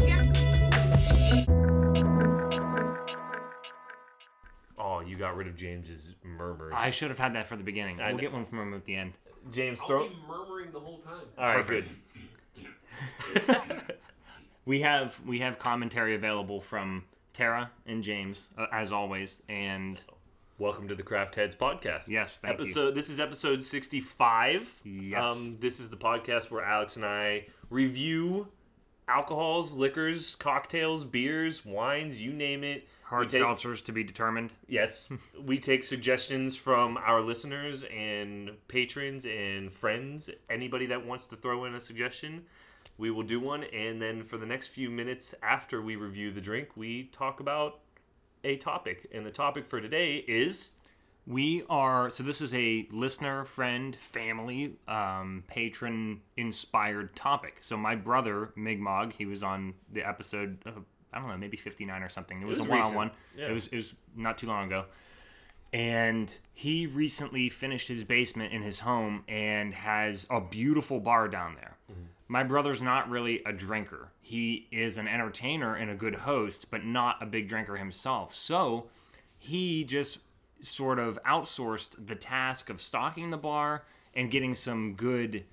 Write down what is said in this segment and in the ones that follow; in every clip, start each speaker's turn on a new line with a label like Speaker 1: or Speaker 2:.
Speaker 1: Oh, James's murmurs.
Speaker 2: I should have had that for the beginning.
Speaker 1: I
Speaker 2: I will
Speaker 1: know.
Speaker 2: get one from him at the end.
Speaker 1: James,
Speaker 3: I'll
Speaker 1: throw.
Speaker 3: be murmuring the whole time.
Speaker 1: All right,
Speaker 2: Perfect.
Speaker 1: good.
Speaker 2: We have we have commentary available from Tara and James uh, as always, and
Speaker 1: Welcome to the Craft Heads podcast.
Speaker 2: Yes, thank you.
Speaker 1: episode, This is episode 65.
Speaker 2: Yes.
Speaker 1: Um, this is the podcast where Alex and I review alcohols, liquors, cocktails, beers, wines, you name it.
Speaker 2: hard
Speaker 1: take-
Speaker 2: seltzers to be determined.
Speaker 1: Yes. we take suggestions from our listeners and patrons and friends. Anybody that wants to throw in a suggestion, we will do one. And then for the next few minutes after we review the drink, we talk about a topic. And the topic for today is.
Speaker 2: We are so this is a listener, friend, family, um, patron inspired topic. So my brother Migmog, he was on the episode uh, I don't know, maybe 59 or something. It was,
Speaker 1: was
Speaker 2: a one-on-one.
Speaker 1: recent. Yeah.
Speaker 2: It was it was not too long ago. And he recently finished his basement in his home and has a beautiful bar down there. My brother's not really a drinker. He is an entertainer and a good host, but not a big drinker himself. So he just sort of outsourced the task of stocking the bar and getting some good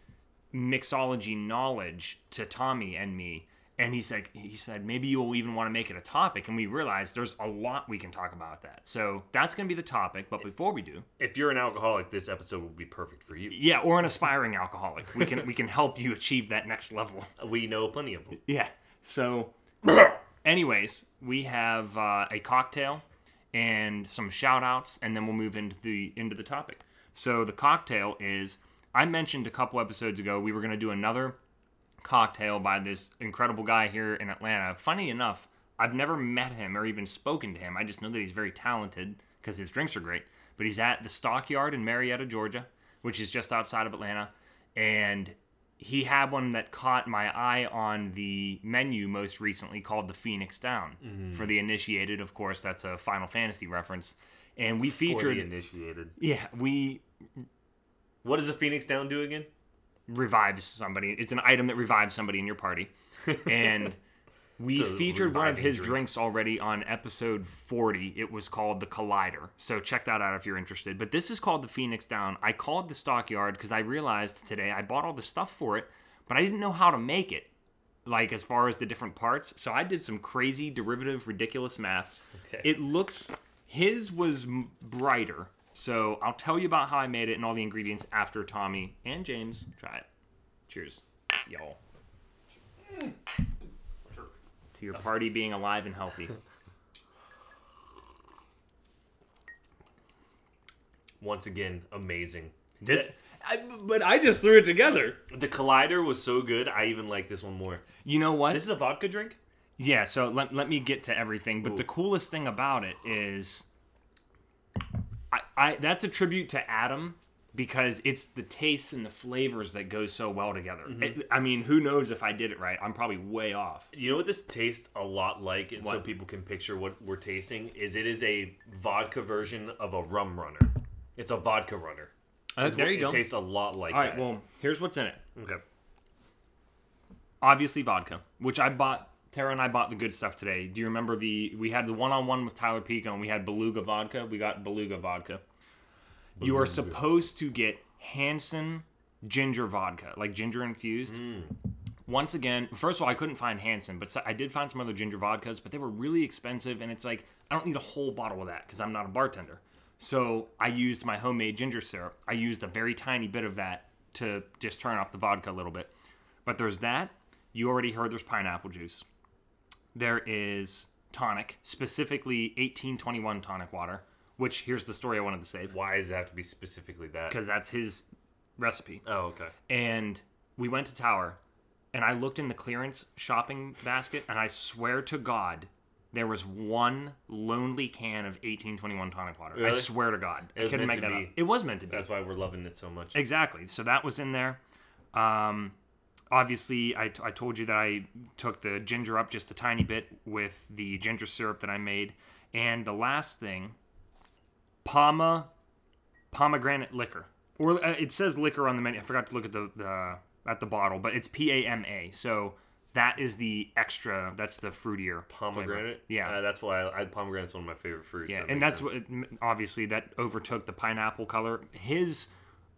Speaker 2: mixology knowledge to Tommy and me. And he said, he said, maybe you'll even want to make it a topic. And we realized there's a lot we can talk about that. So that's going to be the topic. But before we do,
Speaker 1: if you're an alcoholic, this episode will be perfect for you.
Speaker 2: yeah, or an aspiring alcoholic, we can we can help you achieve that next level.
Speaker 1: We know plenty of them.
Speaker 2: Yeah. So, anyways, we have uh, a cocktail and some shout outs, and then we'll move into the into the topic. So the cocktail is I mentioned a couple episodes ago we were gonna do another cocktail by this incredible guy here in Atlanta. Funny enough, I've never met him or even spoken to him. I just know that he's very talented because his drinks are great. But he's at the Stockyard in Marietta, Georgia, which is just outside of Atlanta. And he had one that caught my eye on the menu most recently called the Phoenix Down.
Speaker 1: Mm-hmm.
Speaker 2: For the initiated, of course, that's a Final Fantasy reference. And we
Speaker 1: For the
Speaker 2: featured,
Speaker 1: initiated.
Speaker 2: yeah, we
Speaker 1: What does a phoenix down do again?
Speaker 2: revives somebody. It's an item that revives somebody in your party. And we
Speaker 1: So,
Speaker 2: featured one of
Speaker 1: reviving
Speaker 2: his
Speaker 1: drink.
Speaker 2: drinks already on episode 40. It was called the Collider. So check that out if you're interested. But this is called the Phoenix Down. I called the Stockyard because I realized today I bought all the stuff for it, but I didn't know how to make it. Like as far as the different parts, so I did some crazy derivative, ridiculous math.
Speaker 1: Okay.
Speaker 2: It looks his was m- brighter, so I'll tell you about how I made it and all the ingredients after Tommy and James try it. Cheers, y'all. To your party being alive and healthy.
Speaker 1: Once again, amazing.
Speaker 2: This
Speaker 1: I, but I just threw it together. The collider was so good. I even like this one more.
Speaker 2: You know what?
Speaker 1: This is a vodka drink.
Speaker 2: yeah, so let, let me get to everything. But the
Speaker 1: Ooh.
Speaker 2: coolest thing about it is I, I that's a tribute to Adam because it's the tastes and the flavors that go so well together.
Speaker 1: Mm-hmm.
Speaker 2: It- I mean, who knows if I did it right? I'm probably way off.
Speaker 1: You know what this tastes a lot like, and so
Speaker 2: What?
Speaker 1: people can picture what we're tasting. Is it is a vodka version of a rum runner? It's a vodka runner.
Speaker 2: there you
Speaker 1: it
Speaker 2: go.
Speaker 1: tastes a lot like.
Speaker 2: All right,
Speaker 1: that.
Speaker 2: well, here's what's in it.
Speaker 1: okay.
Speaker 2: Obviously vodka, which I bought Tara and I bought the good stuff today. Do you remember the we had the one-on-one with Tyler Pico and we had Beluga vodka? We got Beluga vodka. You are supposed to get Hansen ginger vodka, like ginger infused. Once again, first of all, I couldn't find Hansen, but so- I did find some other ginger vodkas, but they were really expensive, and it's like I don't need a whole bottle of that because I'm not a bartender. So I used my homemade ginger syrup. I used a very tiny bit of that to just turn up the vodka a little bit. But there's that. You already heard there's pineapple juice. There is tonic, specifically 1821 tonic water, which here's the story I wanted to save
Speaker 1: Why does it have to be specifically that?
Speaker 2: because that's his recipe.
Speaker 1: Oh, okay.
Speaker 2: And we went to Tower, and I looked in the clearance shopping basket, and I swear to God, there was one lonely can of 1821 tonic water. I
Speaker 1: Really?
Speaker 2: swear to God, I
Speaker 1: was
Speaker 2: couldn't
Speaker 1: meant
Speaker 2: make
Speaker 1: to
Speaker 2: that up.
Speaker 1: be.
Speaker 2: It was meant to be.
Speaker 1: That's why we're loving it so much.
Speaker 2: Exactly. So that was in there. Um, obviously, I, t- I told you that I took the ginger up just a tiny bit with the ginger syrup that I made. And the last thing, Pama, pomegranate liquor. Or uh, it says liquor on the menu. I forgot to look at the, the at the bottle, but it's P A M A. So That is the extra. That's the fruitier flavor.
Speaker 1: Pomegranate.
Speaker 2: Yeah.
Speaker 1: Uh, that's why I, I pomegranate's one of my favorite fruits.
Speaker 2: Yeah,
Speaker 1: That
Speaker 2: and
Speaker 1: makes
Speaker 2: that's
Speaker 1: sense.
Speaker 2: what obviously that overtook the pineapple color. His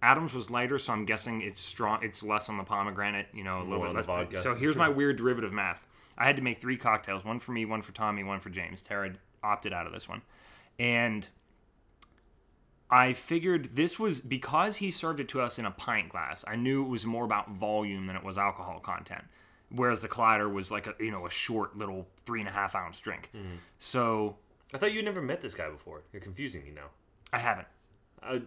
Speaker 2: Adams was lighter, so I'm guessing it's strong. It's less on the pomegranate, you know, a little
Speaker 1: More
Speaker 2: bit
Speaker 1: on the
Speaker 2: less.
Speaker 1: vodka.
Speaker 2: So here's my weird derivative math. I had to make three cocktails: one for me, one for Tommy, one for James. Tara opted out of this one, and I figured this was because he served it to us in a pint glass. I knew it was more about volume than it was alcohol content, whereas the Collider was like a you know a short little three and a half ounce drink.
Speaker 1: Mm-hmm.
Speaker 2: So
Speaker 1: I thought you never met this guy before. You're confusing me now.
Speaker 2: I haven't.
Speaker 1: Uh,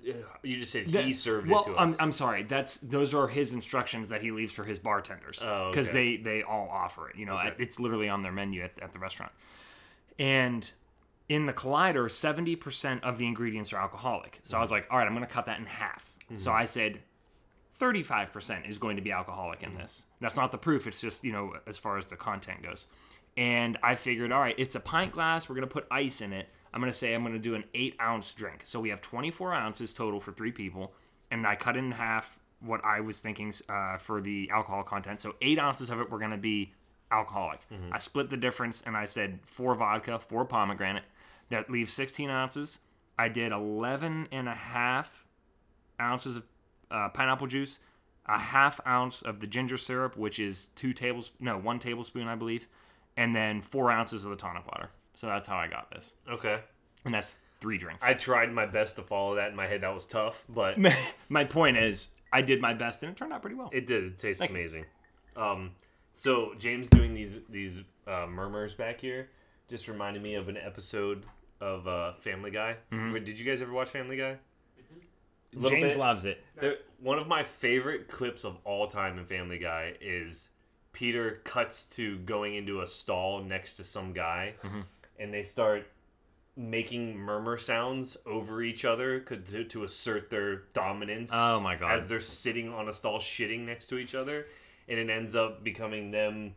Speaker 1: you just said
Speaker 2: That-
Speaker 1: he served
Speaker 2: well, um,
Speaker 1: it to
Speaker 2: I'm,
Speaker 1: us.
Speaker 2: I'm sorry. That's those are his instructions that he leaves for his bartenders
Speaker 1: Oh,
Speaker 2: because
Speaker 1: okay.
Speaker 2: they they all offer it. You know,
Speaker 1: Okay.
Speaker 2: it's literally on their menu at, at the restaurant. And in the Collider, seventy percent of the ingredients are alcoholic. So I
Speaker 1: Mm-hmm.
Speaker 2: was like, all right, I'm going to cut that in half. So I said. 35% is going to be alcoholic in this. That's not the proof. It's just, you know, as far as the content goes. And I figured, all right, it's a pint glass. We're going to put ice in it. I'm going to say I'm going to do an eight ounce drink. So we have 24 ounces total for three people. And I cut in half what I was thinking uh, for the alcohol content. So eight ounces of it were going to be alcoholic. I split the difference and I said four vodka, four pomegranate. That leaves 16 ounces. I did 11 and a half ounces of uh, pineapple juice, a half ounce of the ginger syrup, which is two tables no, one tablespoon, I believe, and then four ounces of the tonic water. So that's how I got this,
Speaker 1: okay.
Speaker 2: and that's three drinks.
Speaker 1: I tried my best to follow that in my head. That was tough, but
Speaker 2: My point is, I did my best, and it turned out pretty well.
Speaker 1: it did. It tastes amazing. Um, so James doing these these uh, murmurs back here just reminded me of an episode of uh, Family Guy. Wait, Did you guys ever watch Family Guy? Little
Speaker 2: James
Speaker 1: bit.
Speaker 2: loves it.
Speaker 1: There, one of my favorite clips of all time in Family Guy is Peter cuts to going into a stall next to some guy,
Speaker 2: Mm-hmm.
Speaker 1: and they start making murmur sounds over each other co- to, to assert their dominance.
Speaker 2: Oh my God.
Speaker 1: As they're sitting on a stall, shitting next to each other, and it ends up becoming them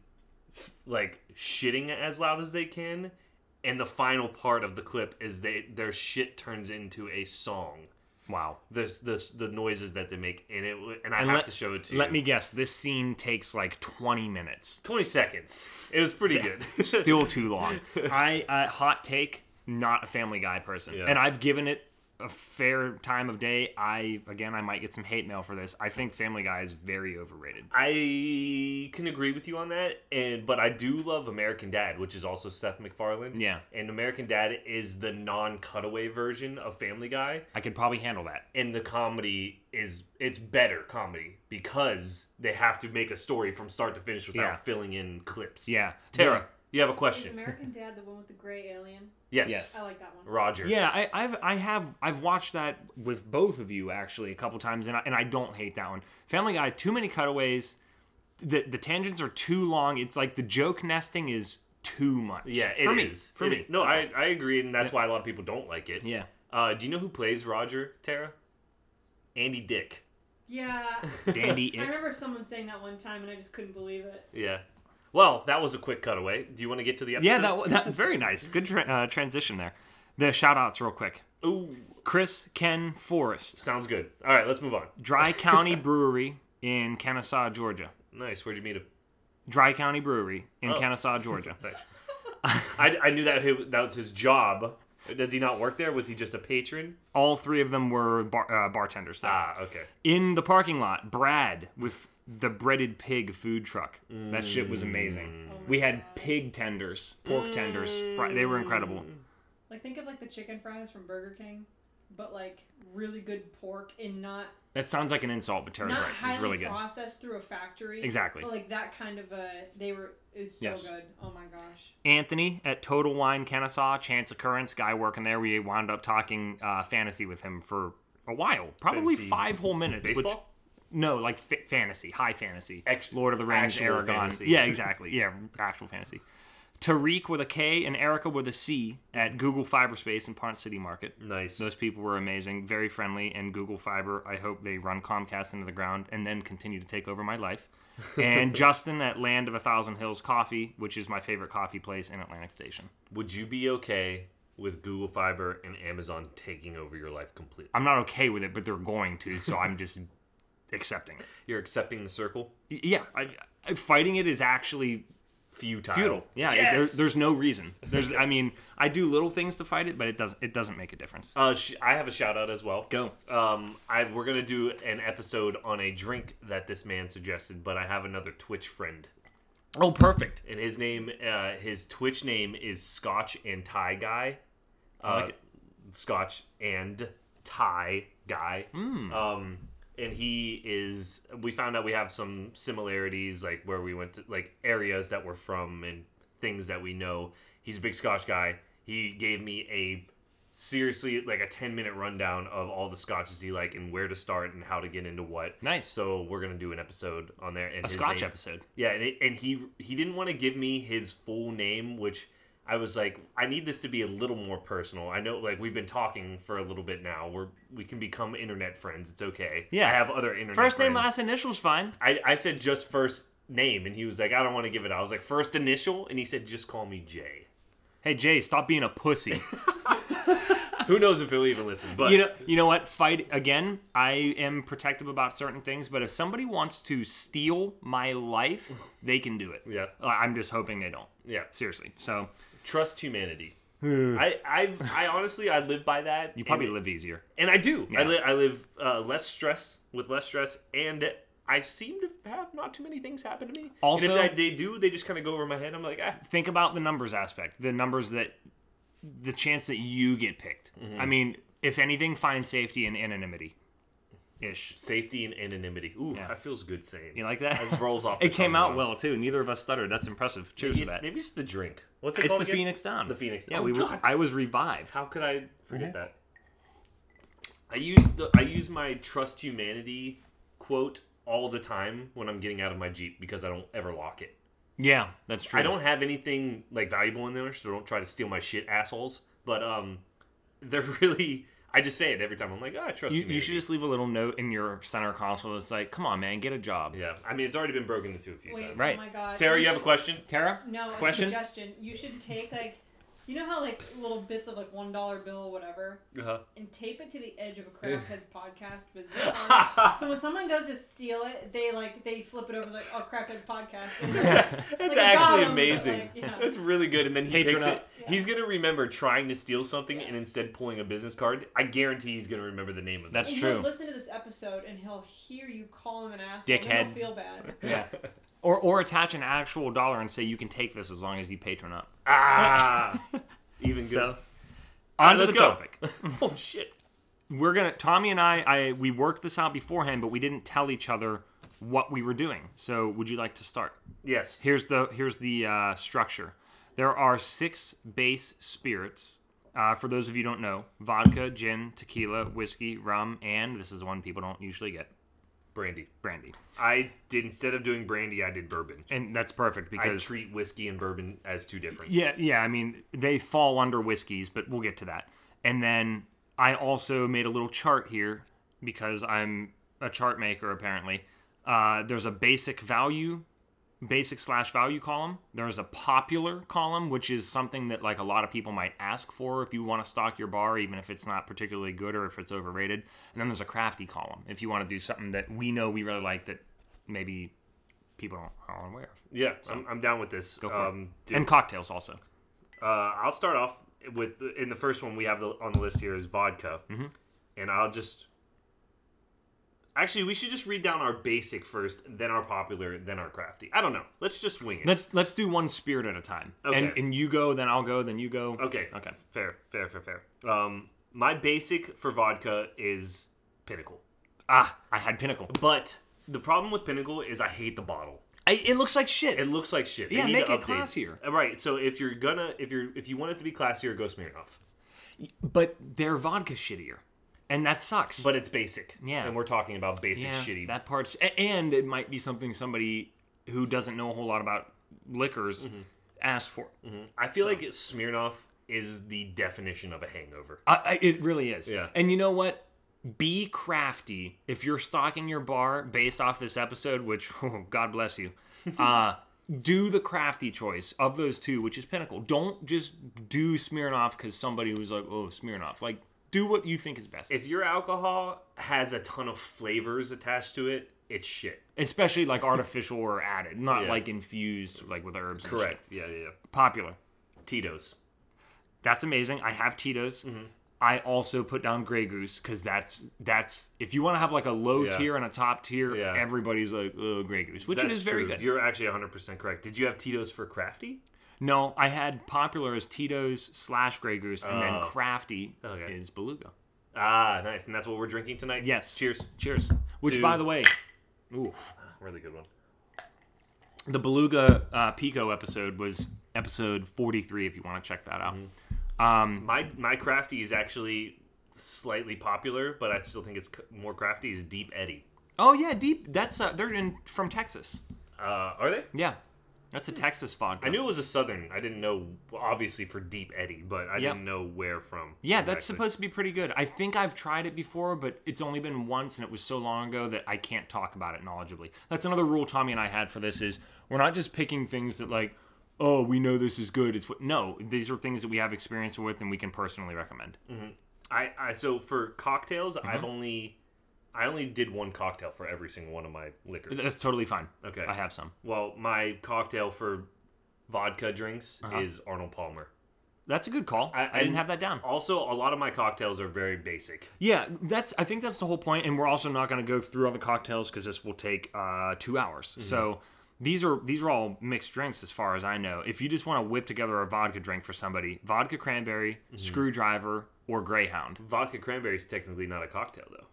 Speaker 1: f- like shitting as loud as they can. And the final part of the clip is they their shit turns into a song
Speaker 2: Wow.
Speaker 1: the the the noises that they make in it, and I
Speaker 2: And
Speaker 1: have
Speaker 2: let-
Speaker 1: to show it to you.
Speaker 2: Let me guess. This scene takes like 20 minutes.
Speaker 1: twenty seconds. It was pretty good.
Speaker 2: still too long. I uh, hot take, not a Family Guy person,
Speaker 1: Yeah.
Speaker 2: and I've given it a fair time of day. I again, I might get some hate mail for this. I think Family Guy is very overrated.
Speaker 1: I can agree with you on that, and but I do love American Dad, which is also Seth MacFarlane.
Speaker 2: Yeah.
Speaker 1: and American Dad is the non-cutaway version of Family Guy,
Speaker 2: I could probably handle that.
Speaker 1: and the comedy is it's better comedy because they have to make a story from start to finish without
Speaker 2: Yeah.
Speaker 1: filling in clips.
Speaker 2: Yeah,
Speaker 1: Tara, you have a
Speaker 3: Is Oh.
Speaker 1: question?
Speaker 3: American Dad the one with the gray alien?
Speaker 1: Yes.
Speaker 2: Yes.
Speaker 3: I like that one.
Speaker 1: Roger.
Speaker 2: Yeah, I, I've I have I've watched that with both of you actually a couple times, and I, and I don't hate that one. Family Guy, too many cutaways. The the tangents are too long. It's like the joke nesting is too much.
Speaker 1: Yeah, it is
Speaker 2: for me. For
Speaker 1: It
Speaker 2: me,
Speaker 1: is. No, I, I agree, and that's why a lot of people don't like it.
Speaker 2: yeah.
Speaker 1: Uh, do you know who plays Roger Tara? Andy Dick.
Speaker 3: Yeah.
Speaker 2: Dandy.
Speaker 3: I
Speaker 2: Ick.
Speaker 3: remember someone saying that one time and I just couldn't believe it.
Speaker 1: Yeah. Well, that was a quick cutaway. Do you want to get to the episode?
Speaker 2: Yeah, that wa- that very nice. Good tra- uh, transition there. The shout outs real quick.
Speaker 1: Ooh,
Speaker 2: Chris Ken Forrest,
Speaker 1: sounds good. All right, let's move on.
Speaker 2: Dry County Brewery in Kennesaw, Georgia.
Speaker 1: Nice. Where'd you meet him?
Speaker 2: Dry County Brewery in
Speaker 1: Oh.
Speaker 2: Kennesaw, Georgia.
Speaker 1: I, I knew that he, that was his job. Does he not work there? Was he just a patron?
Speaker 2: All three of them were bar- uh, bartenders. there.
Speaker 1: Ah, okay.
Speaker 2: In the parking lot, Brad with the breaded pig food truck. That shit was amazing.
Speaker 1: Mm.
Speaker 3: Oh
Speaker 2: we had pig tenders, pork tenders. Fri- they were incredible.
Speaker 3: Like think of like the chicken fries from Burger King, but like really good pork and not
Speaker 2: That sounds like an insult, but Tara's
Speaker 3: not
Speaker 2: right. It was
Speaker 3: highly
Speaker 2: really good.
Speaker 3: processed through a factory.
Speaker 2: Exactly.
Speaker 3: But like that kind of a they were is so
Speaker 2: Yes.
Speaker 3: good. Oh my gosh.
Speaker 2: Anthony at Total Wine Kennesaw, Chance Occurrence, guy working there. We wound up talking uh, fantasy with him for a while, probably
Speaker 1: Fantasy
Speaker 2: five whole minutes. Which,
Speaker 1: Baseball?
Speaker 2: no, like fa- fantasy, high fantasy,
Speaker 1: Ex-
Speaker 2: Lord of the Rings,
Speaker 1: actual
Speaker 2: Aragon.
Speaker 1: fantasy.
Speaker 2: Yeah, exactly. Yeah, actual fantasy. Tariq with a K and Erica with a C at Google Fiberspace in Pont City Market.
Speaker 1: nice.
Speaker 2: Those people were amazing, very friendly, and Google Fiber. I hope they run Comcast into the ground and then continue to take over my life. And Justin at Land of a Thousand Hills Coffee, which is my favorite coffee place in Atlantic Station.
Speaker 1: Would you be okay with Google Fiber and Amazon taking over your life completely?
Speaker 2: I'm not okay with it, but they're going to, so I'm just accepting it.
Speaker 1: You're accepting the circle.
Speaker 2: Y- Yeah, I, fighting it is actually
Speaker 1: Futile.
Speaker 2: futile. Yeah, it-
Speaker 1: Yes!
Speaker 2: there, there's no reason. There's, I mean, I do little things to fight it, but it doesn't. It doesn't make a difference.
Speaker 1: Uh, sh- I have a shout out as well.
Speaker 2: Go.
Speaker 1: Um, I we're gonna do an episode on a drink that this man suggested, but I have another Twitch friend,
Speaker 2: Oh, perfect.
Speaker 1: and his name, uh, his Twitch name is Scotch and Thai Guy. Uh,
Speaker 2: like it.
Speaker 1: Scotch and Thai Guy.
Speaker 2: Hmm.
Speaker 1: Um, and he is. We found out we have some similarities, like where we went to, like areas that we're from and things that we know. He's a big Scotch guy. He gave me a seriously like a 10 minute rundown of all the scotches he like and where to start and how to get into what
Speaker 2: Nice.
Speaker 1: so we're gonna do an episode on there and
Speaker 2: A
Speaker 1: his
Speaker 2: Scotch
Speaker 1: name-
Speaker 2: episode.
Speaker 1: yeah, and, it, and he he didn't want to give me his full name, which I was like, I need this to be a little more personal. I know, like we've been talking for a little bit now. We're we can become internet friends. It's okay.
Speaker 2: Yeah.
Speaker 1: I have other internet
Speaker 2: First name,
Speaker 1: friends.
Speaker 2: last initials, fine.
Speaker 1: I I said just first name, and he was like, I don't want to give it. out. I was like first initial, and he said just call me Jay.
Speaker 2: Hey Jay, stop being a pussy.
Speaker 1: Who knows if he'll even listen? But
Speaker 2: you know, you know what? Fight again. I am protective about certain things, but if somebody wants to steal my life, they can do it.
Speaker 1: Yeah.
Speaker 2: Uh, I'm just hoping they don't.
Speaker 1: yeah,
Speaker 2: Seriously. So
Speaker 1: trust humanity. I I I honestly I live by that.
Speaker 2: Hmm. you probably live easier.
Speaker 1: and I do. I,
Speaker 2: Yeah.
Speaker 1: li- I live uh, less stress with less stress, and I seem to have not too many things happen to me.
Speaker 2: Also-
Speaker 1: and if I, they do, they just kind of go over my head. I'm like, ah,
Speaker 2: Think about the numbers aspect. The numbers that, the chance that you get picked.
Speaker 1: Mm-hmm.
Speaker 2: I mean, if anything, find safety and anonymity, ish.
Speaker 1: safety and anonymity. Ooh,
Speaker 2: Yeah.
Speaker 1: that feels good saying.
Speaker 2: You like that?
Speaker 1: It rolls off the
Speaker 2: It came
Speaker 1: tongue
Speaker 2: out
Speaker 1: well.
Speaker 2: well too. Neither of us stuttered. That's impressive. Cheers
Speaker 1: maybe
Speaker 2: to
Speaker 1: it's,
Speaker 2: that.
Speaker 1: maybe it's the drink. What's it
Speaker 2: It's
Speaker 1: called?
Speaker 2: the
Speaker 1: again?
Speaker 2: Phoenix Down.
Speaker 1: The Phoenix
Speaker 2: Yeah,
Speaker 1: Down.
Speaker 2: we Mhm.
Speaker 1: Oh,
Speaker 2: were,
Speaker 1: God.
Speaker 2: I was revived.
Speaker 1: How could I forget that? I use the I use my trust humanity quote all the time when I'm getting out of my Jeep because I don't ever lock it.
Speaker 2: Yeah, that's true.
Speaker 1: I don't have anything like valuable in there, so don't try to steal my shit, assholes. But um, they're really. I just say it every time. I'm like, oh, I trust
Speaker 2: You,
Speaker 1: humanity.
Speaker 2: you should just leave a little note in your center console. It's like, come on, man, get a job.
Speaker 1: Yeah, I mean, it's already been broken into a few
Speaker 3: Wait,
Speaker 1: times.
Speaker 2: Right.
Speaker 3: oh my god.
Speaker 1: Tara, you have a question?
Speaker 2: Tara,
Speaker 3: No, it's a
Speaker 2: Question?
Speaker 3: suggestion. You should take like, you know how like little bits of like one dollar bill, whatever,
Speaker 1: Uh-huh.
Speaker 3: and tape it to the edge of a Crackheads podcast business card. so when someone goes to steal it, they like they flip it over like, oh Crackheads podcast. And it's like-
Speaker 1: That's
Speaker 3: Like, I got
Speaker 1: actually
Speaker 3: him, but,
Speaker 1: amazing.
Speaker 3: like, yeah.
Speaker 1: That's really good. And then he
Speaker 2: Patron
Speaker 1: picks it.
Speaker 2: up.
Speaker 1: He's gonna remember trying to steal something and instead pulling a business card. I guarantee he's gonna remember the name of
Speaker 2: that's
Speaker 3: and
Speaker 2: true.
Speaker 3: he'll listen to this episode and he'll hear you call him an asshole. and then
Speaker 2: Dickhead.
Speaker 3: he'll feel bad.
Speaker 1: it.
Speaker 2: yeah. Or or attach an actual dollar and say you can take this as long as you patron up.
Speaker 1: ah, even good.
Speaker 2: So,
Speaker 1: All
Speaker 2: on
Speaker 1: right,
Speaker 2: to the topic.
Speaker 1: oh shit.
Speaker 2: We're gonna Tommy and I, I we worked this out beforehand, but we didn't tell each other what we were doing. So would you like to start?
Speaker 1: Yes.
Speaker 2: Here's the here's the uh, structure. There are six base spirits. Uh, for those of you who don't know, vodka, gin, tequila, whiskey, rum, and this is the one people don't usually get,
Speaker 1: Brandy.
Speaker 2: brandy.
Speaker 1: I did instead of doing brandy, I did bourbon.
Speaker 2: And that's perfect
Speaker 1: I
Speaker 2: because
Speaker 1: treat whiskey and bourbon as two different.
Speaker 2: yeah, yeah. I mean, they fall under whiskeys, but we'll get to that. And then I also made a little chart here because I'm a chart maker apparently. Uh, there's a basic value, basic slash value column. There's a popular column, which is something that like a lot of people might ask for if you want to stock your bar, even if it's not particularly good or if it's overrated. And then there's a crafty column if you want to do something that we know we really like that maybe people don't aren't aware of.
Speaker 1: yeah. I'm, I'm down with this.
Speaker 2: Go for it.
Speaker 1: um, dude,
Speaker 2: And cocktails also.
Speaker 1: uh, I'll start off with in the first one we have the, on the list here is vodka, and I'll just actually we should just read down our basic first, then our popular, then our crafty. I don't know. Let's just wing it.
Speaker 2: Let's let's do one spirit at a time. And
Speaker 1: Okay.
Speaker 2: and you go, then I'll go, then you go.
Speaker 1: okay.
Speaker 2: Okay.
Speaker 1: Fair. Fair. Fair. Fair. Um, my basic for vodka is Pinnacle,
Speaker 2: Ah, I had pinnacle.
Speaker 1: but the problem with Pinnacle is I hate the bottle.
Speaker 2: I, it looks like shit.
Speaker 1: It looks like shit. They
Speaker 2: Yeah,
Speaker 1: need
Speaker 2: make
Speaker 1: to
Speaker 2: it
Speaker 1: update.
Speaker 2: classier.
Speaker 1: Uh, Right. So if you're gonna, if you're, if you want it to be classier, go Smirnoff.
Speaker 2: but their vodka shittier, and that sucks.
Speaker 1: But it's basic.
Speaker 2: Yeah.
Speaker 1: And we're talking about basic
Speaker 2: yeah,
Speaker 1: shitty.
Speaker 2: that part's a- and it might be something somebody who doesn't know a whole lot about liquors
Speaker 1: Mm-hmm.
Speaker 2: asks for.
Speaker 1: I feel like Smirnoff is the definition of a hangover.
Speaker 2: I, I, it really is.
Speaker 1: Yeah.
Speaker 2: And you know what? Be crafty if you're stocking your bar based off this episode, which oh, God bless you. Uh, do the crafty choice of those two, which is pinnacle. Don't just do Smirnoff because somebody was like, "Oh, Smirnoff." Like, do what you think is best.
Speaker 1: If your alcohol has a ton of flavors attached to it, it's shit.
Speaker 2: especially like artificial or added, not
Speaker 1: Yeah.
Speaker 2: like infused like with herbs. and shit.
Speaker 1: Correct. Yeah, yeah, yeah.
Speaker 2: Popular.
Speaker 1: Tito's.
Speaker 2: That's amazing. I have Tito's.
Speaker 1: Mm-hmm.
Speaker 2: I also put down Grey Goose because that's that's if you want to have like a low
Speaker 1: Yeah.
Speaker 2: tier and a top tier,
Speaker 1: Yeah.
Speaker 2: everybody's like oh, Grey Goose, which it is very good.
Speaker 1: You're actually 100% correct. Did you have Tito's for crafty?
Speaker 2: No, I had popular as Tito's slash Grey Goose, and then
Speaker 1: Oh.
Speaker 2: crafty
Speaker 1: Okay.
Speaker 2: is Beluga.
Speaker 1: Ah, nice. And that's what we're drinking tonight?
Speaker 2: Yes.
Speaker 1: Cheers.
Speaker 2: Cheers. Which,
Speaker 1: Dude.
Speaker 2: by the way, ooh,
Speaker 1: Really good one.
Speaker 2: the Beluga uh, Pico episode was episode 43. If you want to check that
Speaker 1: Mm-hmm.
Speaker 2: out, um,
Speaker 1: My my crafty is actually slightly popular, but I still think it's c- more crafty is Deep Eddy.
Speaker 2: oh yeah, deep. That's uh, they're in from Texas.
Speaker 1: Uh, are they?
Speaker 2: Yeah, that's
Speaker 1: Hmm.
Speaker 2: a Texas vodka.
Speaker 1: I knew it was a southern. I didn't know obviously for Deep Eddy, but I
Speaker 2: Yep.
Speaker 1: didn't know where from.
Speaker 2: Yeah, that's
Speaker 1: exactly.
Speaker 2: supposed to be pretty good. I think I've tried it before, but it's only been once, and it was so long ago that I can't talk about it knowledgeably. That's another rule Tommy and I had for this is we're not just picking things that like, oh, we know this is good. It's what no, these are things that we have experience with and we can personally recommend.
Speaker 1: I, I so for cocktails,
Speaker 2: Mm-hmm.
Speaker 1: I've only I only did one cocktail for every single one of my liquors.
Speaker 2: That's totally fine.
Speaker 1: Okay.
Speaker 2: I have some.
Speaker 1: Well, my cocktail for vodka drinks
Speaker 2: Uh-huh.
Speaker 1: is Arnold Palmer.
Speaker 2: That's a good call. I,
Speaker 1: I- I-
Speaker 2: didn't have that down.
Speaker 1: Also, a lot of my cocktails are very basic.
Speaker 2: Yeah, that's. I think that's the whole point, and we're also not going to go through all the cocktails because this will take uh, two hours. So these are these are all mixed drinks, as far as I know. If you just want to whip together a vodka drink for somebody, vodka cranberry, screwdriver, or Greyhound.
Speaker 1: Vodka cranberry is technically not a cocktail though.
Speaker 2: Uh,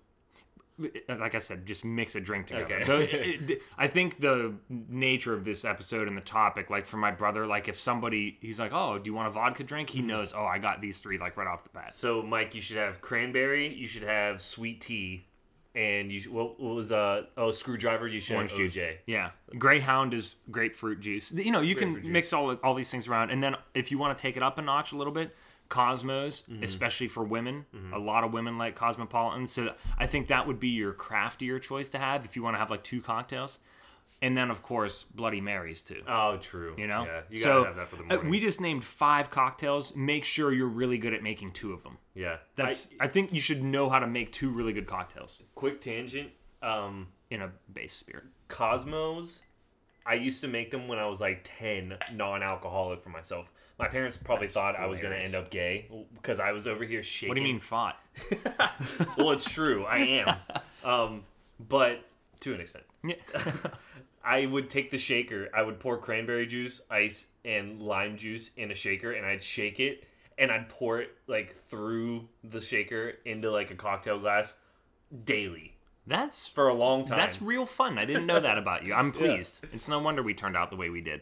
Speaker 2: Like I said, just mix a drink together.
Speaker 1: Okay.
Speaker 2: So it- it- I think the nature of this episode and the topic, like for my brother, like if somebody he's like, "Oh, do you want a vodka drink?" He knows. Oh, I got these three like right off the bat.
Speaker 1: So, Mike, you should have cranberry. You should have sweet tea, and you sh- what, what was uh oh screwdriver? You should
Speaker 2: orange
Speaker 1: have
Speaker 2: juice.
Speaker 1: OJ.
Speaker 2: Yeah, Greyhound is grapefruit juice. You know, you
Speaker 1: Grapefruit
Speaker 2: can mix all all these things around, and then if you want to take it up a notch a little bit, Cosmos,
Speaker 1: Mm-hmm.
Speaker 2: especially for women, a lot of women like Cosmopolitan. So I think that would be your craftier choice to have if you want to have like two cocktails, and then of course Bloody Marys too.
Speaker 1: Oh, true.
Speaker 2: You know,
Speaker 1: yeah, you gotta
Speaker 2: so
Speaker 1: have that for the
Speaker 2: uh,
Speaker 1: morning.
Speaker 2: we just named five cocktails. Make sure you're really good at making two of them.
Speaker 1: yeah,
Speaker 2: That's I think you should know how to make two really good cocktails
Speaker 1: I- quick tangent. Um,
Speaker 2: in a base spirit.
Speaker 1: Cosmos. I used to make them when I was like ten, non-alcoholic for myself. My parents probably
Speaker 2: That's
Speaker 1: thought I was gonna
Speaker 2: hilarious.
Speaker 1: end up gay because I was over here shaking.
Speaker 2: What do you mean fought?
Speaker 1: well, it's true. I am. Um, but to an extent. I would take the shaker. I would pour cranberry juice, ice, and lime juice in a shaker, and I'd shake it, and I'd pour it like through the shaker into like a cocktail glass daily
Speaker 2: That's
Speaker 1: for a long time.
Speaker 2: That's real fun. I didn't know that about you. I'm pleased. It's no wonder we turned out the way we did.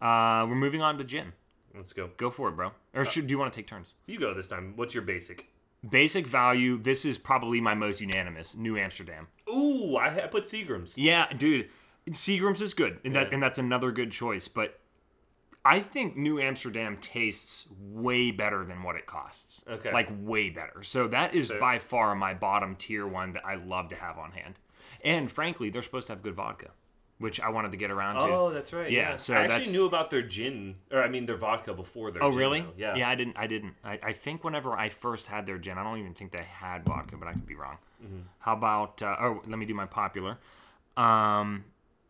Speaker 2: Uh, we're moving on to gin.
Speaker 1: Let's go.
Speaker 2: Go for it, bro.
Speaker 1: Uh,
Speaker 2: Or should, do you want to take turns?
Speaker 1: You go this time. What's your basic?
Speaker 2: Basic value. This is probably my most unanimous. New Amsterdam.
Speaker 1: Ooh, I, I put Seagrams.
Speaker 2: Yeah, dude. Seagram's is good, and that
Speaker 1: Yeah.
Speaker 2: and that's another good choice. But I think New Amsterdam tastes way better than what it costs.
Speaker 1: Okay.
Speaker 2: like way better. So that is by far my bottom tier one that I love to have on hand. And frankly, they're supposed to have good vodka, which I wanted to get around to.
Speaker 1: Oh, that's right.
Speaker 2: Yeah, so
Speaker 1: I actually
Speaker 2: that's-
Speaker 1: knew about their gin, or I mean their vodka before their.
Speaker 2: Oh,
Speaker 1: gin,
Speaker 2: really?
Speaker 1: though. Yeah.
Speaker 2: Yeah, I didn't. I didn't. I, I think whenever I first had their gin, I don't even think they had vodka, but I could be wrong.
Speaker 1: Mm-hmm.
Speaker 2: How about? Uh, oh, let me do my popular. Um,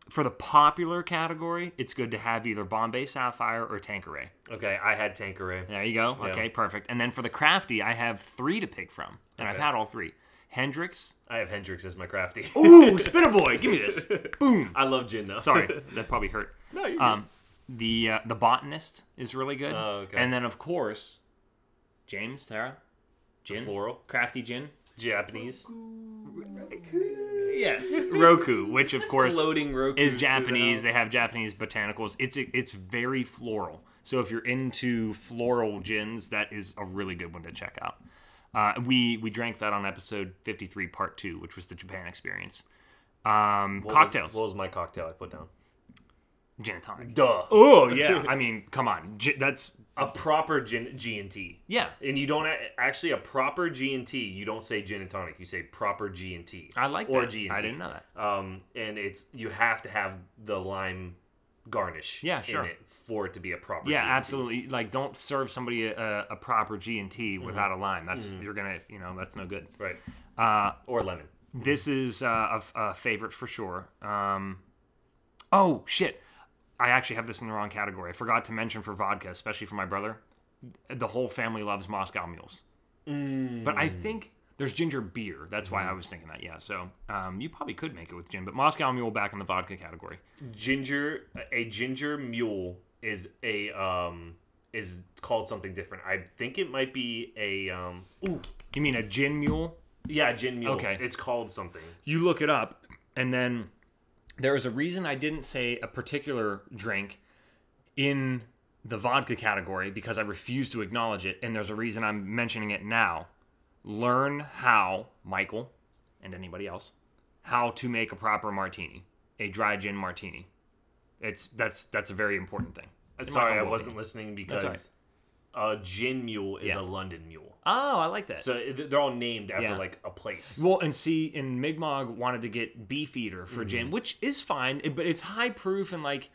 Speaker 2: for the popular category, it's good to have either Bombay Sapphire or Tanqueray.
Speaker 1: Okay, I had Tanqueray.
Speaker 2: There you go.
Speaker 1: Yeah.
Speaker 2: Okay, perfect. And then for the crafty, I have three to pick from, and I've
Speaker 1: Okay.
Speaker 2: had all three. Hendrix.
Speaker 1: I have Hendrix as my crafty.
Speaker 2: Ooh, Spinner Boy, give me this. Boom.
Speaker 1: I love gin though.
Speaker 2: Sorry, that probably hurt.
Speaker 1: no, you're
Speaker 2: Um, the uh, the botanist is really good.
Speaker 1: Oh, okay.
Speaker 2: And then of course, James Tara,
Speaker 1: good.
Speaker 2: gin,
Speaker 1: floral,
Speaker 2: crafty gin.
Speaker 1: Japanese,
Speaker 2: Yes, Roku, which of course
Speaker 1: floating Roku
Speaker 2: is Japanese. They have Japanese botanicals. It's it's very floral. So if you're into floral gins, that is a really good one to check out. Uh, we we drank that on episode 53, part two, which was the Japan experience. Um, cocktails,
Speaker 1: Was, what was my cocktail I put down?
Speaker 2: gin and tonic.
Speaker 1: Duh.
Speaker 2: Oh yeah, I mean, come on, Gi- that's uh,
Speaker 1: A proper gin G and T.
Speaker 2: yeah.
Speaker 1: And you don't a- actually a proper G and T. You don't say gin and tonic. You say proper G and T.
Speaker 2: I like
Speaker 1: or
Speaker 2: that.
Speaker 1: G and T.
Speaker 2: I didn't know that.
Speaker 1: Um, and it's you have to have the lime garnish.
Speaker 2: Yeah, sure.
Speaker 1: In it for it to be a proper.
Speaker 2: Yeah,
Speaker 1: G&T.
Speaker 2: absolutely. Like, don't serve somebody a,
Speaker 1: Mm-hmm.
Speaker 2: a proper G and T without a lime. That's you're gonna, you know, that's no good.
Speaker 1: Right.
Speaker 2: Uh,
Speaker 1: Or lemon.
Speaker 2: This is uh, a, f- a favorite for sure. Um, oh shit! I actually have this in the wrong category. I forgot to mention for vodka, especially for my brother. The whole family loves Moscow mules, but I think there's ginger beer. That's why I was thinking that. Yeah, so um, you probably could make it with gin, but Moscow mule back in the vodka category.
Speaker 1: ginger a ginger mule is a um is called something different. I think it might be a um ooh
Speaker 2: You mean a gin mule?
Speaker 1: yeah gin mule.
Speaker 2: Okay.
Speaker 1: it's called something.
Speaker 2: you look it up and then there was a reason i didn't say a particular drink in the vodka category because i refuse to acknowledge it and there's a reason i'm mentioning it now learn how michael and anybody else how to make a proper martini a dry gin martini it's that's that's a very important thing
Speaker 1: Uh,
Speaker 2: In my
Speaker 1: Sorry, I
Speaker 2: humble
Speaker 1: wasn't
Speaker 2: opinion.
Speaker 1: listening
Speaker 2: That's all
Speaker 1: because a gin mule is
Speaker 2: Yeah.
Speaker 1: a London mule.
Speaker 2: oh i like that
Speaker 1: So th- they're all named after
Speaker 2: Yeah.
Speaker 1: like a place.
Speaker 2: Well, and see, and Mi'kmaq wanted to get Beefeater for
Speaker 1: Mm-hmm.
Speaker 2: gin, which is fine, it- but it's high proof and like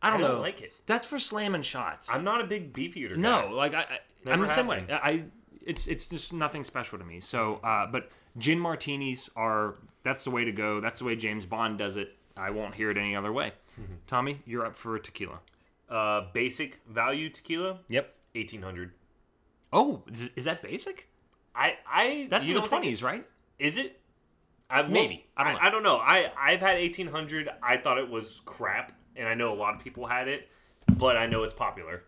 Speaker 2: I
Speaker 1: I
Speaker 2: don't
Speaker 1: don't
Speaker 2: know,
Speaker 1: like it.
Speaker 2: That's for slamming shots.
Speaker 1: I'm not a big beef eater.
Speaker 2: no, like I, I I'm
Speaker 1: Never
Speaker 2: the same way.
Speaker 1: happened.
Speaker 2: I I- it's it's just nothing special to me. So, uh, but gin martinis are that's the way to go. That's the way James Bond does it. I won't hear it any other way.
Speaker 1: Mm-hmm.
Speaker 2: Tommy, you're up for tequila.
Speaker 1: guy. Uh, basic value tequila,
Speaker 2: Yep.
Speaker 1: eighteen hundred.
Speaker 2: Oh, is, is that basic?
Speaker 1: I I
Speaker 2: That's
Speaker 1: you
Speaker 2: in the
Speaker 1: don't think-
Speaker 2: twenties, right?
Speaker 1: Is it? Uh, maybe
Speaker 2: I don't know.
Speaker 1: I, I don't know. I I've had eighteen hundred. I thought it was crap, and I know a lot of people had it, but I know it's popular,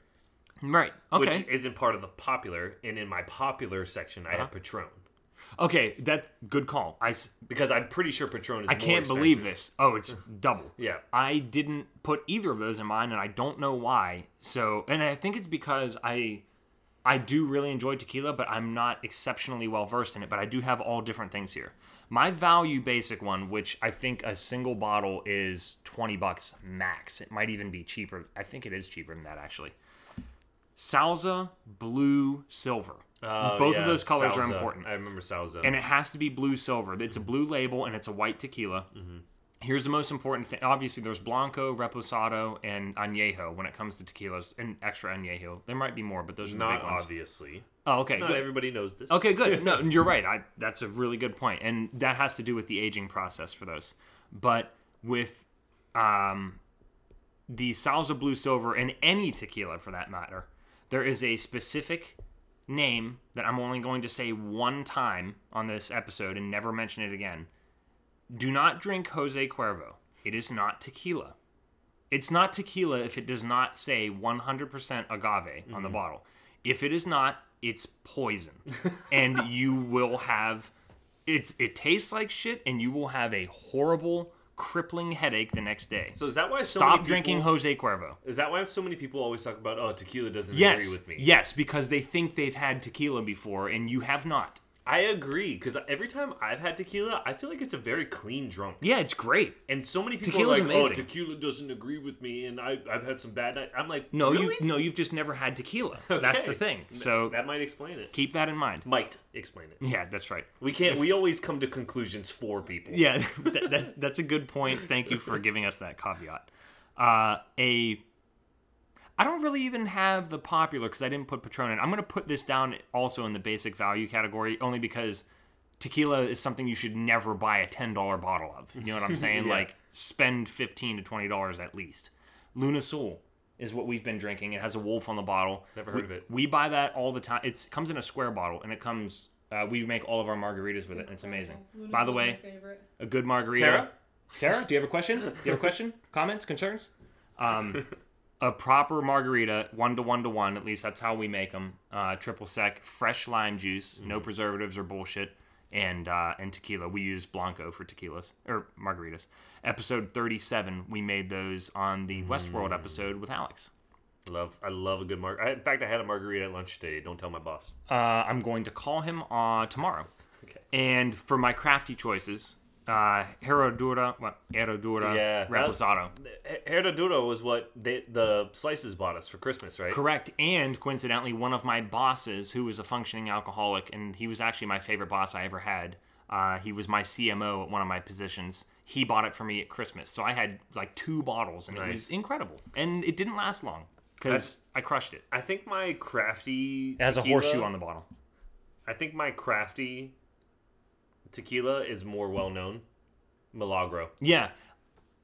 Speaker 2: Right. Okay.
Speaker 1: which isn't part of the popular. And in my popular section, I
Speaker 2: Uh-huh.
Speaker 1: have Patron
Speaker 2: okay. That good call. I s-
Speaker 1: because I'm pretty sure Patron is.
Speaker 2: I
Speaker 1: more
Speaker 2: can't believe
Speaker 1: expensive.
Speaker 2: this. Oh, it's double.
Speaker 1: Yeah.
Speaker 2: I didn't put either of those in mine, and I don't know why. So, and I think it's because I, I do really enjoy tequila, but I'm not exceptionally well versed in it. But I do have all different things here. My value basic one, which I think a single bottle is twenty bucks max. It might even be cheaper. I think it is cheaper than that actually. Salsa, blue, silver.
Speaker 1: Oh,
Speaker 2: Both
Speaker 1: yeah,
Speaker 2: of those colors are
Speaker 1: Salsa.
Speaker 2: important
Speaker 1: I remember Salsa.
Speaker 2: and it has to be blue silver. It's a blue label and it's a white tequila.
Speaker 1: Mm-hmm.
Speaker 2: Here's the most important thing. Obviously, there's Blanco, Reposado, and Añejo when it comes to tequilas, and extra Añejo. There might be more, but those are the
Speaker 1: not
Speaker 2: big ones.
Speaker 1: obviously.
Speaker 2: Oh, okay.
Speaker 1: Not
Speaker 2: good.
Speaker 1: everybody knows this.
Speaker 2: Okay, good. No, you're right. I, that's a really good point, and that has to do with the aging process for those. But with um, the Salsa Blue Silver and any tequila for that matter, there is a specific name that I'm only going to say one time on this episode and never mention it again. Do not drink Jose Cuervo. It is not tequila. It's not tequila if it does not say 100% agave on the
Speaker 1: Mm-hmm.
Speaker 2: bottle. If it is not, it's poison. and you will have it's it tastes like shit and you will have a horrible crippling headache the next day.
Speaker 1: So is that why so many
Speaker 2: Stop
Speaker 1: people-
Speaker 2: drinking Jose Cuervo.
Speaker 1: Is that why so many people always talk about oh tequila doesn't
Speaker 2: Yes.
Speaker 1: agree with me?
Speaker 2: Yes, because they think they've had tequila before and you have not.
Speaker 1: I agree because every time I've had tequila, I feel like it's a very clean drunk.
Speaker 2: Yeah, it's great.
Speaker 1: And so many people
Speaker 2: Tequila's
Speaker 1: are like,
Speaker 2: amazing.
Speaker 1: "Oh, tequila doesn't agree with me, and I, I've had some bad night." I'm like,
Speaker 2: No,
Speaker 1: really?
Speaker 2: you no, you've just never had tequila. That's the
Speaker 1: Okay.
Speaker 2: thing. So
Speaker 1: that might explain it.
Speaker 2: keep that in mind.
Speaker 1: Might explain it.
Speaker 2: Yeah, that's right.
Speaker 1: We can't. We always come to conclusions for people.
Speaker 2: Yeah, that, that's that's a good point. Thank you for giving us that caveat. Uh, a, I don't really even have the popular because I didn't put Patron in. I'm gonna put this down also in the basic value category only because tequila is something you should never buy a ten dollar bottle of. You know what I'm saying?
Speaker 1: Yeah.
Speaker 2: Like spend fifteen to twenty dollars at least. Luna Soul is what we've been drinking. It has a wolf on the bottle.
Speaker 1: Never
Speaker 2: We-
Speaker 1: heard of it.
Speaker 2: We buy that all the time. It's, it comes in a square bottle and it comes. Uh, we make all of our margaritas with it. and It's amazing.
Speaker 3: Luna's
Speaker 2: By the
Speaker 3: always
Speaker 2: way,
Speaker 3: my favorite.
Speaker 2: a good margarita.
Speaker 1: Tara?
Speaker 2: Tara, do you have a question? Do you have a question? Comments? Concerns? Um, a proper margarita, one to one to one. At least that's how we make them. Uh, triple sec, fresh lime juice,
Speaker 1: Mm-hmm.
Speaker 2: no preservatives or bullshit, and uh, and tequila. We use blanco for tequilas or margaritas. Episode thirty-seven, we made those on the
Speaker 1: Mm.
Speaker 2: Westworld episode with Alex.
Speaker 1: love. I love a good marg. I- In fact, I had a margarita at lunch today. Don't tell my boss.
Speaker 2: Uh, I'm going to call him uh, tomorrow.
Speaker 1: Okay.
Speaker 2: And for my crafty choices, uh, Herradura, what Herradura,
Speaker 1: Yeah, that-
Speaker 2: Reposado.
Speaker 1: Her- Herradura was what they, the slices bought us for Christmas, right?
Speaker 2: Correct. And coincidentally, one of my bosses, who was a functioning alcoholic, and he was actually my favorite boss I ever had. Uh, he was my CMO at one of my positions. He bought it for me at Christmas, so I had like two bottles, and it was
Speaker 1: Nice.
Speaker 2: incredible. And it didn't last long because I crushed it.
Speaker 1: I think my crafty
Speaker 2: It has a
Speaker 1: tequila-
Speaker 2: horseshoe on the bottle.
Speaker 1: I think my crafty tequila is more well known. Milagro.
Speaker 2: Yeah.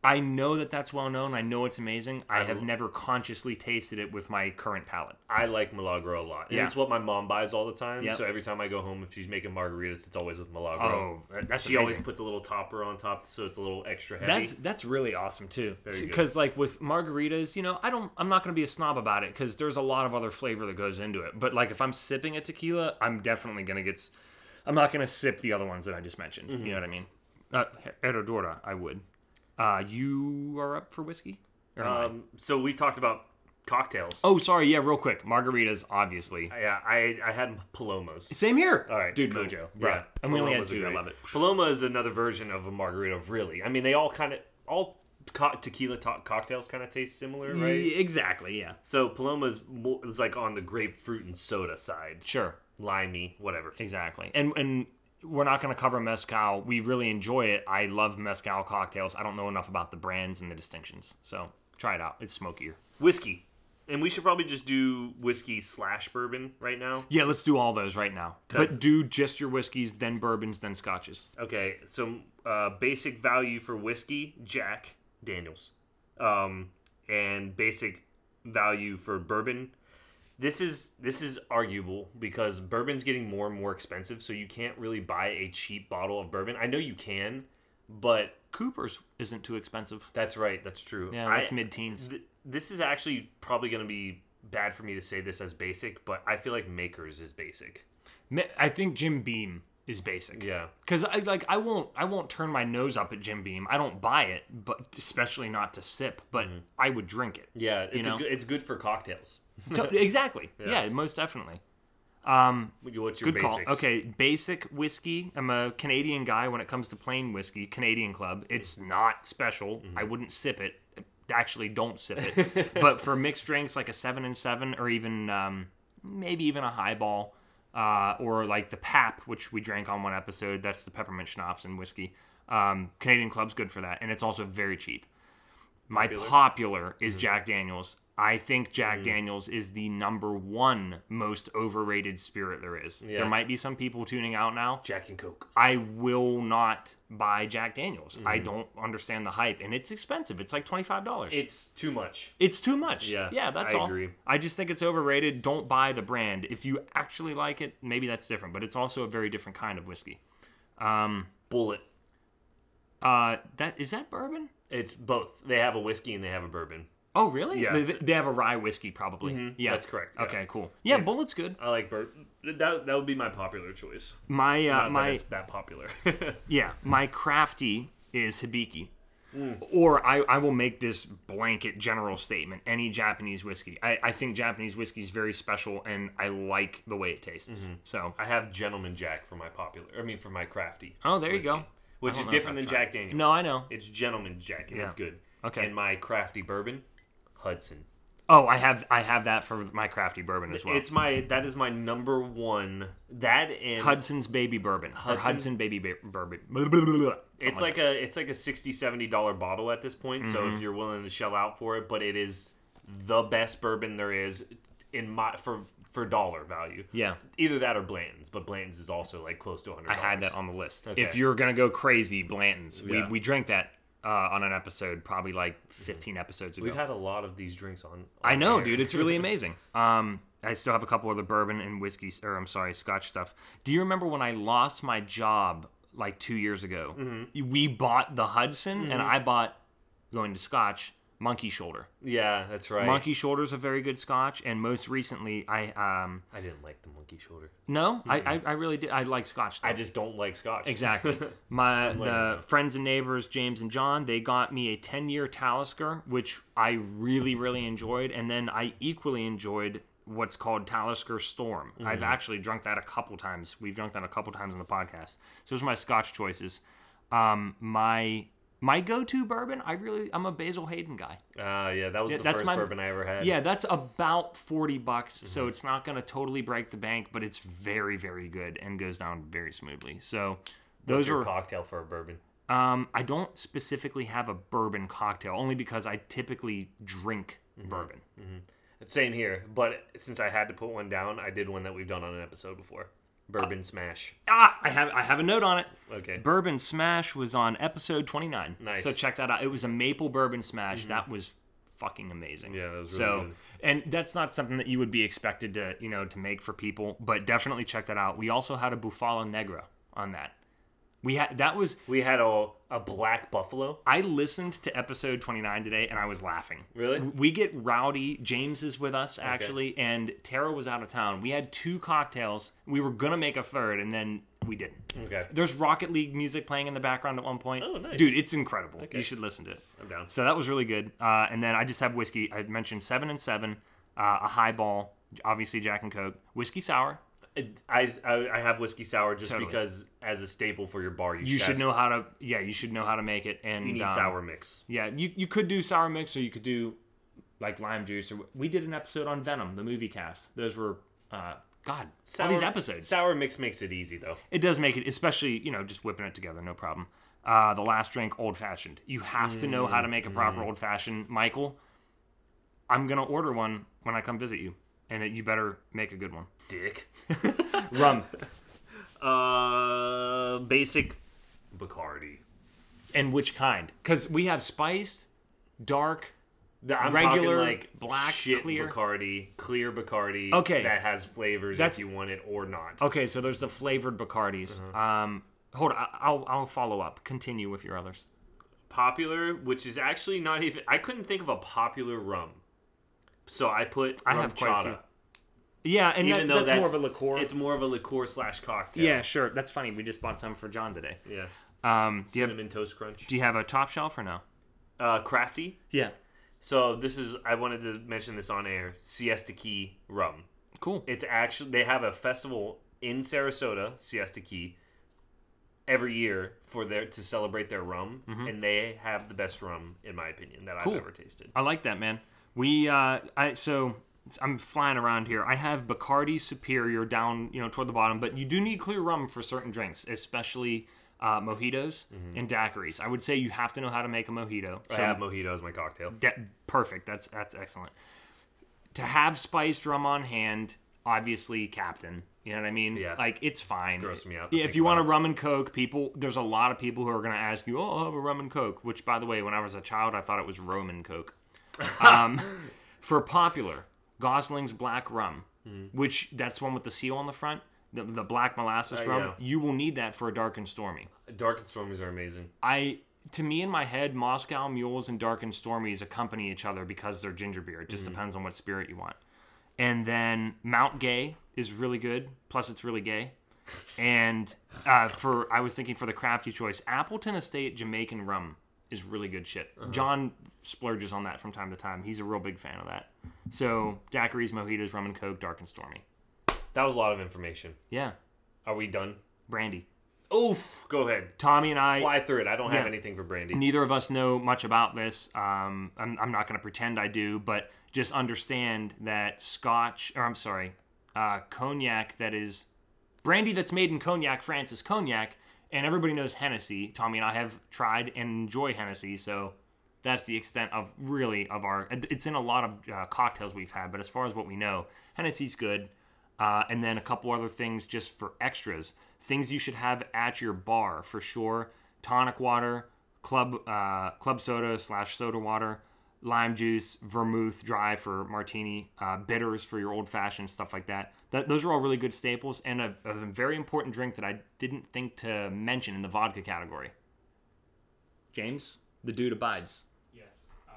Speaker 2: I know that that's well known. I know it's amazing. I
Speaker 1: I
Speaker 2: have
Speaker 1: l-
Speaker 2: never consciously tasted it with my current palate.
Speaker 1: I like Milagro a lot. And
Speaker 2: Yeah.
Speaker 1: it's what my mom buys all the time.
Speaker 2: Yep.
Speaker 1: So every time I go home, if she's making margaritas, it's always with Milagro.
Speaker 2: Oh, that's
Speaker 1: she always
Speaker 2: amazing.
Speaker 1: puts a little topper on top, so it's a little extra heavy.
Speaker 2: That's that's really awesome too.
Speaker 1: Very good.
Speaker 2: Because like with margaritas, you know, I don't, I'm not gonna be a snob about it because there's a lot of other flavor that goes into it. But like if I'm sipping a tequila, I'm definitely gonna get, s- I'm not gonna sip the other ones that I just mentioned. You know what I mean? Uh, Herradura, I would. Uh, you are up for whiskey? Or am I?
Speaker 1: um, so we talked about cocktails.
Speaker 2: oh, sorry. Yeah, real quick. Margaritas, obviously.
Speaker 1: yeah. I I had Palomos.
Speaker 2: Same here.
Speaker 1: All right,
Speaker 2: dude,
Speaker 1: cool.
Speaker 2: Mojo, bro.
Speaker 1: Yeah,
Speaker 2: And we only had
Speaker 1: Palomas are
Speaker 2: two. I
Speaker 1: great.
Speaker 2: love it.
Speaker 1: Paloma is another version of a margarita, really. I mean, they all kind of all co- tequila to- cocktails kind of taste similar, right?
Speaker 2: Yeah, exactly. Yeah.
Speaker 1: So Paloma's mo- is like on the grapefruit and soda side,
Speaker 2: Sure.
Speaker 1: limey, whatever.
Speaker 2: Exactly. And and we're not going to cover mezcal. We really enjoy it. I love mezcal cocktails. I don't know enough about the brands and the distinctions. So try it out. It's smokier.
Speaker 1: Whiskey, and we should probably just do whiskey slash bourbon right now.
Speaker 2: Yeah, let's do all those right now.
Speaker 1: That's-
Speaker 2: But do just your whiskeys, then bourbons, then scotches.
Speaker 1: Okay, so uh, basic value for whiskey, Jack Daniels, um, and basic value for bourbon. This is this is arguable because bourbon's getting more and more expensive, so you can't really buy a cheap bottle of bourbon. I know you can, but
Speaker 2: Cooper's isn't too expensive.
Speaker 1: that's right, that's true.
Speaker 2: Yeah, that's
Speaker 1: I-
Speaker 2: mid-teens.
Speaker 1: th- this is actually probably going to be bad for me to say this as basic, but I feel like Makers is basic.
Speaker 2: Mi- I think Jim Beam is basic.
Speaker 1: Yeah.
Speaker 2: Cause I like I won't I won't turn my nose up at Jim Beam. I don't buy it, but especially not to sip. But
Speaker 1: Mm-hmm.
Speaker 2: I would drink it.
Speaker 1: Yeah, it's
Speaker 2: know?
Speaker 1: a good, it's good for cocktails.
Speaker 2: To- exactly.
Speaker 1: Yeah.
Speaker 2: yeah, most definitely. Um,
Speaker 1: What's your
Speaker 2: Good
Speaker 1: basics?
Speaker 2: call. Okay, basic whiskey. I'm a Canadian guy when it comes to plain whiskey, Canadian Club. It's
Speaker 1: Mm-hmm.
Speaker 2: not special. I wouldn't sip it. Actually, don't sip it. but for mixed drinks like a 7 and 7 or even um, maybe even a highball uh, or like the Pap, which we drank on one episode, that's the peppermint schnapps and whiskey. Um, Canadian Club's good for that. And it's also very cheap. My popular, is
Speaker 1: Mm-hmm.
Speaker 2: Jack Daniels. I think Jack Daniels is the number one most overrated spirit there is.
Speaker 1: Yeah.
Speaker 2: There might be some people tuning out now.
Speaker 1: Jack and Coke.
Speaker 2: I will not buy Jack Daniels. I
Speaker 1: Mm-hmm.
Speaker 2: don't understand the hype, and it's expensive. It's like twenty five dollars.
Speaker 1: It's too much.
Speaker 2: It's too much.
Speaker 1: Yeah,
Speaker 2: yeah, that's
Speaker 1: I
Speaker 2: all.
Speaker 1: agree.
Speaker 2: I just think it's overrated. Don't buy the brand. If you actually like it, maybe that's different. But it's also a very different kind of whiskey.
Speaker 1: Bullet.
Speaker 2: Uh, that is that bourbon?
Speaker 1: It's both. They have a whiskey and they have a bourbon.
Speaker 2: Oh, really?
Speaker 1: Yeah,
Speaker 2: They,
Speaker 1: it's-
Speaker 2: they have a rye whiskey, probably. yeah,
Speaker 1: Mm-hmm. that's correct, yeah.
Speaker 2: Okay, cool. Yeah, Bullet's good.
Speaker 1: I like bourbon. That, that would be my popular choice.
Speaker 2: My
Speaker 1: Not
Speaker 2: uh,
Speaker 1: that
Speaker 2: my
Speaker 1: it's that popular.
Speaker 2: yeah, my crafty is Hibiki.
Speaker 1: Hmm.
Speaker 2: Or I, I will make this blanket general statement. Any Japanese whiskey. I, I think Japanese whiskey is very special and I like the way it tastes.
Speaker 1: Mm-hmm.
Speaker 2: So
Speaker 1: I have Gentleman Jack for my popular. I mean, for my crafty.
Speaker 2: Oh, there you go. I
Speaker 1: Which
Speaker 2: don't
Speaker 1: is
Speaker 2: know
Speaker 1: different
Speaker 2: if
Speaker 1: than
Speaker 2: I've
Speaker 1: Jack
Speaker 2: tried
Speaker 1: Daniels.
Speaker 2: No, I know.
Speaker 1: It's Gentleman Jack, and
Speaker 2: Yeah.
Speaker 1: that's good.
Speaker 2: Okay.
Speaker 1: And my crafty bourbon, Hudson.
Speaker 2: Oh, I have I have that for my crafty bourbon as well.
Speaker 1: It's my that is my number one. That and
Speaker 2: Hudson's Baby Bourbon. Or
Speaker 1: Hudson's-
Speaker 2: Hudson Baby ba- Bourbon.
Speaker 1: it's like a it's like a 60 70 dollar bottle at this point so
Speaker 2: Mm-hmm.
Speaker 1: if you're willing to shell out for it but it is the best bourbon there is in my for for dollar value
Speaker 2: Yeah.
Speaker 1: either that or blanton's but blanton's is also like close to 100
Speaker 2: I had that on the list.
Speaker 1: Okay.
Speaker 2: If you're gonna go crazy, Blanton's.
Speaker 1: Yeah.
Speaker 2: We we drank that uh, on an episode probably like 15 episodes ago.
Speaker 1: we've had a lot of these drinks on,
Speaker 2: I
Speaker 1: on
Speaker 2: know,
Speaker 1: air.
Speaker 2: dude. It's really amazing. Um, I still have a couple other bourbon and whiskey, or I'm sorry, Scotch stuff. Do you remember when I lost my job like two years ago? We bought the Hudson, and I bought going to Scotch Monkey Shoulder.
Speaker 1: yeah that's right
Speaker 2: Monkey Shoulder's a very good Scotch, and most recently, I um
Speaker 1: i didn't like the monkey shoulder
Speaker 2: no, I, I I really did. I like Scotch. Though.
Speaker 1: i just don't like scotch
Speaker 2: Exactly. My
Speaker 1: Unbelievable.
Speaker 2: the friends and neighbors, James and John, they got me a ten year Talisker, which I really really enjoyed, and then I equally enjoyed what's called Talisker Storm.
Speaker 1: Mm-hmm.
Speaker 2: I've actually drunk that a couple times. We've drunk that a couple times on the podcast. So those are my Scotch choices. Um, my my go to bourbon, I really I'm a Basil Hayden guy.
Speaker 1: uh yeah that was
Speaker 2: Yeah,
Speaker 1: the
Speaker 2: that's
Speaker 1: first
Speaker 2: my-
Speaker 1: bourbon i ever had
Speaker 2: Yeah, that's about forty bucks,
Speaker 1: Mm-hmm.
Speaker 2: so it's not going to totally break the bank, but it's very very good and goes down very smoothly. So.
Speaker 1: What's
Speaker 2: Those
Speaker 1: your
Speaker 2: are
Speaker 1: cocktail for a bourbon
Speaker 2: um, I don't specifically have a bourbon cocktail, only because I typically drink
Speaker 1: Mm-hmm.
Speaker 2: bourbon.
Speaker 1: same here but since i had to put one down i did one that we've done on an episode before Bourbon Smash.
Speaker 2: Ah, I have I have a note on it.
Speaker 1: Okay.
Speaker 2: Bourbon Smash was on episode 29.
Speaker 1: Nice. Mm-hmm.
Speaker 2: So check that out. It was a maple bourbon smash. That was fucking amazing.
Speaker 1: Yeah, that was
Speaker 2: so,
Speaker 1: really good.
Speaker 2: and that's not something that you would be expected to, you know, to make for people, but definitely check that out. We also had a Bufala Negra on that. We had that was
Speaker 1: We had a, a black buffalo.
Speaker 2: I listened to episode 29 today and I was laughing.
Speaker 1: Really?
Speaker 2: We get rowdy. James is with us actually and Tara was out of town. We had two cocktails. We were going to make a third and then we didn't.
Speaker 1: Okay.
Speaker 2: There's Rocket League music playing in the background at one point.
Speaker 1: Oh, nice.
Speaker 2: Dude, it's incredible.
Speaker 1: Okay.
Speaker 2: You should listen to it.
Speaker 1: I'm down.
Speaker 2: So that was really good. Uh, and then I just have whiskey. I mentioned seven and seven, uh, a highball, obviously Jack and Coke, whiskey sour.
Speaker 1: I, I, I have whiskey sour just
Speaker 2: Totally.
Speaker 1: because as a staple for your bar, you,
Speaker 2: You should
Speaker 1: have-
Speaker 2: know how to. Yeah, you should know how to make it. And
Speaker 1: you need
Speaker 2: um,
Speaker 1: sour mix.
Speaker 2: Yeah, you you could do sour mix or you could do like lime juice. Or we did an episode on Venom, the movie cast. Those were. Uh, God, all these episodes.
Speaker 1: Sour mix makes it easy though.
Speaker 2: It does make it, especially you know, just whipping it together, no problem. Uh, the last drink, old fashioned. You have to know how to make a proper
Speaker 1: Mm.
Speaker 2: old fashioned, Michael. I'm gonna order one when I come visit you, and it, you better make a good one.
Speaker 1: Dick.
Speaker 2: Rum
Speaker 1: Uh, basic Bacardi.
Speaker 2: and which kind? Because we have spiced, dark.
Speaker 1: The- I'm
Speaker 2: Regular,
Speaker 1: talking like
Speaker 2: black,
Speaker 1: shit
Speaker 2: clear?
Speaker 1: Bacardi, clear Bacardi.
Speaker 2: Okay.
Speaker 1: that has flavors
Speaker 2: That's-
Speaker 1: if you want it or not.
Speaker 2: Okay, so there's the flavored Bacardis.
Speaker 1: Mm-hmm.
Speaker 2: Um, hold on, I- I'll I'll follow up. Continue with your others.
Speaker 1: Popular, which is actually not even. I couldn't think of a popular rum, so I put
Speaker 2: I
Speaker 1: rum
Speaker 2: have quite a
Speaker 1: chata.
Speaker 2: few. Yeah, and
Speaker 1: Even
Speaker 2: that-
Speaker 1: though
Speaker 2: that's, more of a liqueur.
Speaker 1: It's more of a liqueur slash cocktail.
Speaker 2: yeah, sure. That's funny. We just bought some for John today.
Speaker 1: yeah.
Speaker 2: Um, do you have
Speaker 1: Cinnamon toast crunch.
Speaker 2: Do you have a top shelf or no?
Speaker 1: Uh, crafty.
Speaker 2: Yeah.
Speaker 1: So this is. I wanted to mention this on air. Siesta Key rum.
Speaker 2: Cool.
Speaker 1: It's actually they have a festival in Sarasota, Siesta Key, every year for their to celebrate their rum, and they have the best rum in my opinion that
Speaker 2: Cool.
Speaker 1: I've ever tasted.
Speaker 2: I like that, man. We uh I so I'm flying around here. I have Bacardi Superior down, you know, toward the bottom, but you do need clear rum for certain drinks, especially uh, mojitos and daiquiris. I would say you have to know how to make a mojito.
Speaker 1: Mm-hmm. I have mojito as my cocktail.
Speaker 2: de- perfect. That's that's excellent. To have spiced rum on hand, obviously, Captain. You know what I mean?
Speaker 1: Yeah.
Speaker 2: Like it's fine.
Speaker 1: Gross me out to
Speaker 2: Yeah,
Speaker 1: think
Speaker 2: if you want a
Speaker 1: about
Speaker 2: rum and coke, people, there's a lot of people who are gonna ask you, "Oh, I'll have a rum and coke." Which, by the way, when I was a child, I thought it was Roman coke. Um, for popular, Gosling's Black Rum,
Speaker 1: Mm-hmm.
Speaker 2: which that's one with the seal on the front. The, the black molasses rum,
Speaker 1: Uh, yeah.
Speaker 2: you will need that for a dark and stormy.
Speaker 1: Dark and stormies are amazing.
Speaker 2: I to me in my head, Moscow mules and dark and stormies accompany each other because they're ginger beer. It just depends on what spirit you want. And then Mount Gay is really good. Plus, it's really gay. And uh, for I was thinking for the crafty choice, Appleton Estate Jamaican rum is really good shit. John splurges on that from time to time. He's a real big fan of that. So daiquiris, mojitos, rum and coke, dark and stormy.
Speaker 1: That was a lot of information.
Speaker 2: Yeah,
Speaker 1: Are we done?
Speaker 2: brandy.
Speaker 1: Oof. Go ahead.
Speaker 2: Tommy and I
Speaker 1: Fly through it. I don't have
Speaker 2: Yeah.
Speaker 1: anything for brandy.
Speaker 2: neither of us know much about this. Um, I'm, I'm not going to pretend I do, but just understand that scotch, or I'm sorry, uh, cognac that is brandy that's made in cognac, France is cognac, and everybody knows Hennessy. Tommy and I have tried and enjoy Hennessy, so that's the extent of really of our. It's in a lot of uh, cocktails we've had, but as far as what we know, Hennessy's good. Uh, and then a couple other things just for extras, things you should have at your bar for sure: tonic water, club uh, club soda slash soda water, lime juice, vermouth dry for martini, uh, bitters for your old fashioned stuff like that. That those are all really good staples, and a, a very important drink that I didn't think to mention in the vodka category. James, the dude abides.
Speaker 4: Yes. Uh,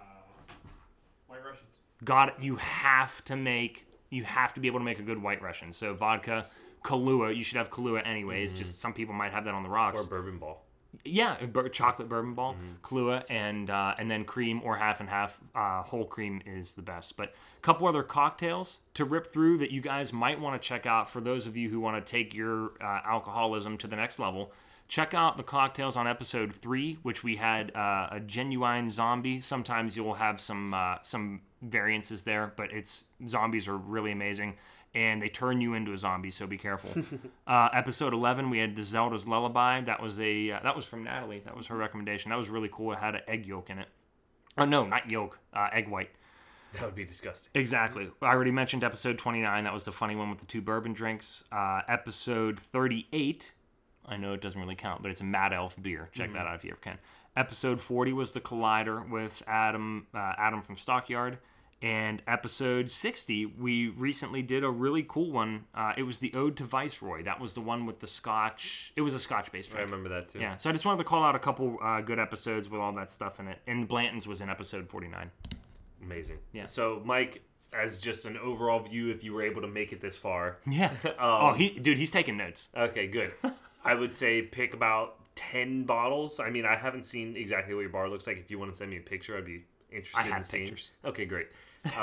Speaker 4: White Russians.
Speaker 2: God, you have to make, you have to be able to make a good white Russian. So vodka, Kahlua, you should have Kahlua anyways. Just some people might have that on the rocks.
Speaker 1: Or bourbon ball.
Speaker 2: yeah, a bur- chocolate bourbon ball, Kahlua, and uh, and then cream or half and half. Uh, whole cream is the best. But a couple other cocktails to rip through that you guys might want to check out for those of you who want to take your uh, alcoholism to the next level. Check out the cocktails on episode three, which we had uh, a genuine zombie. Sometimes you'll have some uh, some variances there, but it's zombies are really amazing, and they turn you into a zombie, so be careful. Uh, episode 11 we had the zelda's lullaby that was a uh, that was from natalie that was her recommendation that was really cool it had an egg yolk in it oh no not yolk uh, egg white
Speaker 1: That would be disgusting.
Speaker 2: Exactly. I already mentioned episode 29. That was the funny one with the two bourbon drinks. Uh, episode 38. I know it doesn't really count, but it's a Mad Elf beer.
Speaker 1: Mm-hmm.
Speaker 2: Check that out if you ever can. Episode 40 was the Collider with Adam uh, Adam from Stockyard. And episode 60, we recently did a really cool one. Uh, it was the Ode to Viceroy. That was the one with the Scotch. It was a Scotch based
Speaker 1: I
Speaker 2: drink.
Speaker 1: remember that too.
Speaker 2: Yeah, so I just wanted to call out a couple uh, good episodes with all that stuff in it. And Blanton's was in episode 49.
Speaker 1: Amazing.
Speaker 2: Yeah.
Speaker 1: So, Mike, as just an overall view, if you were able to make it this far,
Speaker 2: Yeah. oh, he, dude, he's taking notes.
Speaker 1: Okay, good. I would say pick about 10 bottles. I mean, I haven't seen exactly what your bar looks like. If you want to send me a picture, I'd be interested
Speaker 2: I have
Speaker 1: in seeing.
Speaker 2: pictures.
Speaker 1: Okay, great.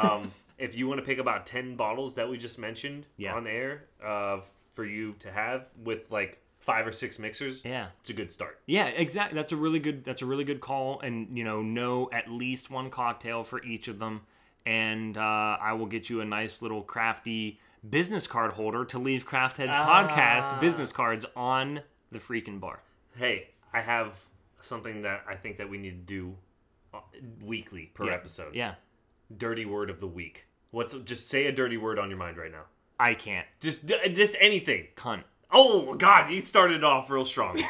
Speaker 1: Um, if you want to pick about 10 bottles that we just mentioned
Speaker 2: Yeah.
Speaker 1: on air uh, for you to have with like five or six mixers,
Speaker 2: Yeah.
Speaker 1: it's a good start.
Speaker 2: Yeah, exactly. That's a really good. That's a really good call. And you know, know at least one cocktail for each of them. And uh, I will get you a nice little crafty business card holder to leave Craft Heads
Speaker 1: Ah.
Speaker 2: podcast business cards on the freaking bar.
Speaker 1: Hey, I have something that I think that we need to do uh, weekly per
Speaker 2: Yeah.
Speaker 1: episode.
Speaker 2: Yeah,
Speaker 1: Dirty word of the week. What's just say a dirty word on your mind right now?
Speaker 2: I can't.
Speaker 1: Just just anything.
Speaker 2: Cunt.
Speaker 1: Oh God, you started off real strong.
Speaker 2: Dude,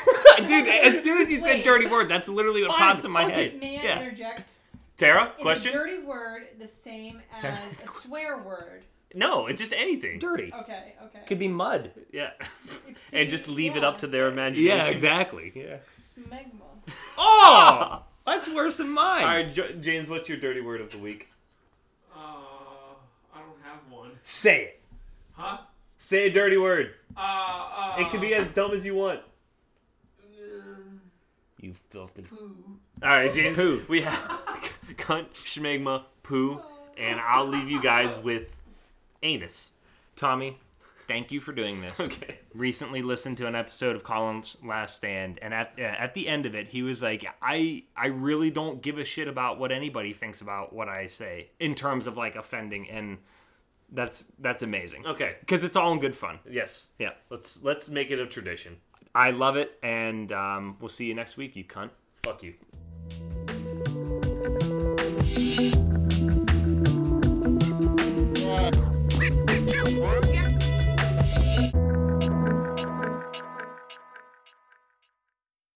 Speaker 2: as soon as you
Speaker 3: Wait.
Speaker 2: said dirty word, that's literally what
Speaker 1: Fine,
Speaker 2: pops in my
Speaker 1: fuck
Speaker 2: head.
Speaker 3: May I
Speaker 2: Yeah.
Speaker 3: interject?
Speaker 1: Tara,
Speaker 3: Is
Speaker 1: question?
Speaker 3: a dirty word the same as a swear word?
Speaker 1: no, it's just anything.
Speaker 2: Dirty.
Speaker 3: Okay, okay.
Speaker 2: Could be mud.
Speaker 1: Yeah.
Speaker 3: It's-
Speaker 1: and just leave it up to their imagination.
Speaker 2: Yeah, exactly. Yeah.
Speaker 3: Smegma.
Speaker 2: Oh, that's worse than mine.
Speaker 1: All right, J- James, what's your dirty word of the week?
Speaker 4: Uh, I don't have one.
Speaker 1: Say it.
Speaker 4: Huh?
Speaker 1: Say a dirty word.
Speaker 4: Uh, uh.
Speaker 1: It could be as dumb as you want.
Speaker 4: uh,
Speaker 2: You filthy.
Speaker 4: poo.
Speaker 1: All right, James. Who? We have cunt, schmegma, poo, and I'll leave you guys with anus.
Speaker 2: Tommy, thank you for doing this.
Speaker 1: Okay.
Speaker 2: Recently listened to an episode of Colin's Last Stand, and at uh, at the end of it, he was like, "I I really don't give a shit about what anybody thinks about what I say in terms of like offending," and that's that's amazing
Speaker 1: Okay.
Speaker 2: because it's all in good fun.
Speaker 1: Yes.
Speaker 2: Yeah,
Speaker 1: Let's let's make it a tradition.
Speaker 2: I love it, and um, we'll see you next week, you cunt.
Speaker 1: Fuck you.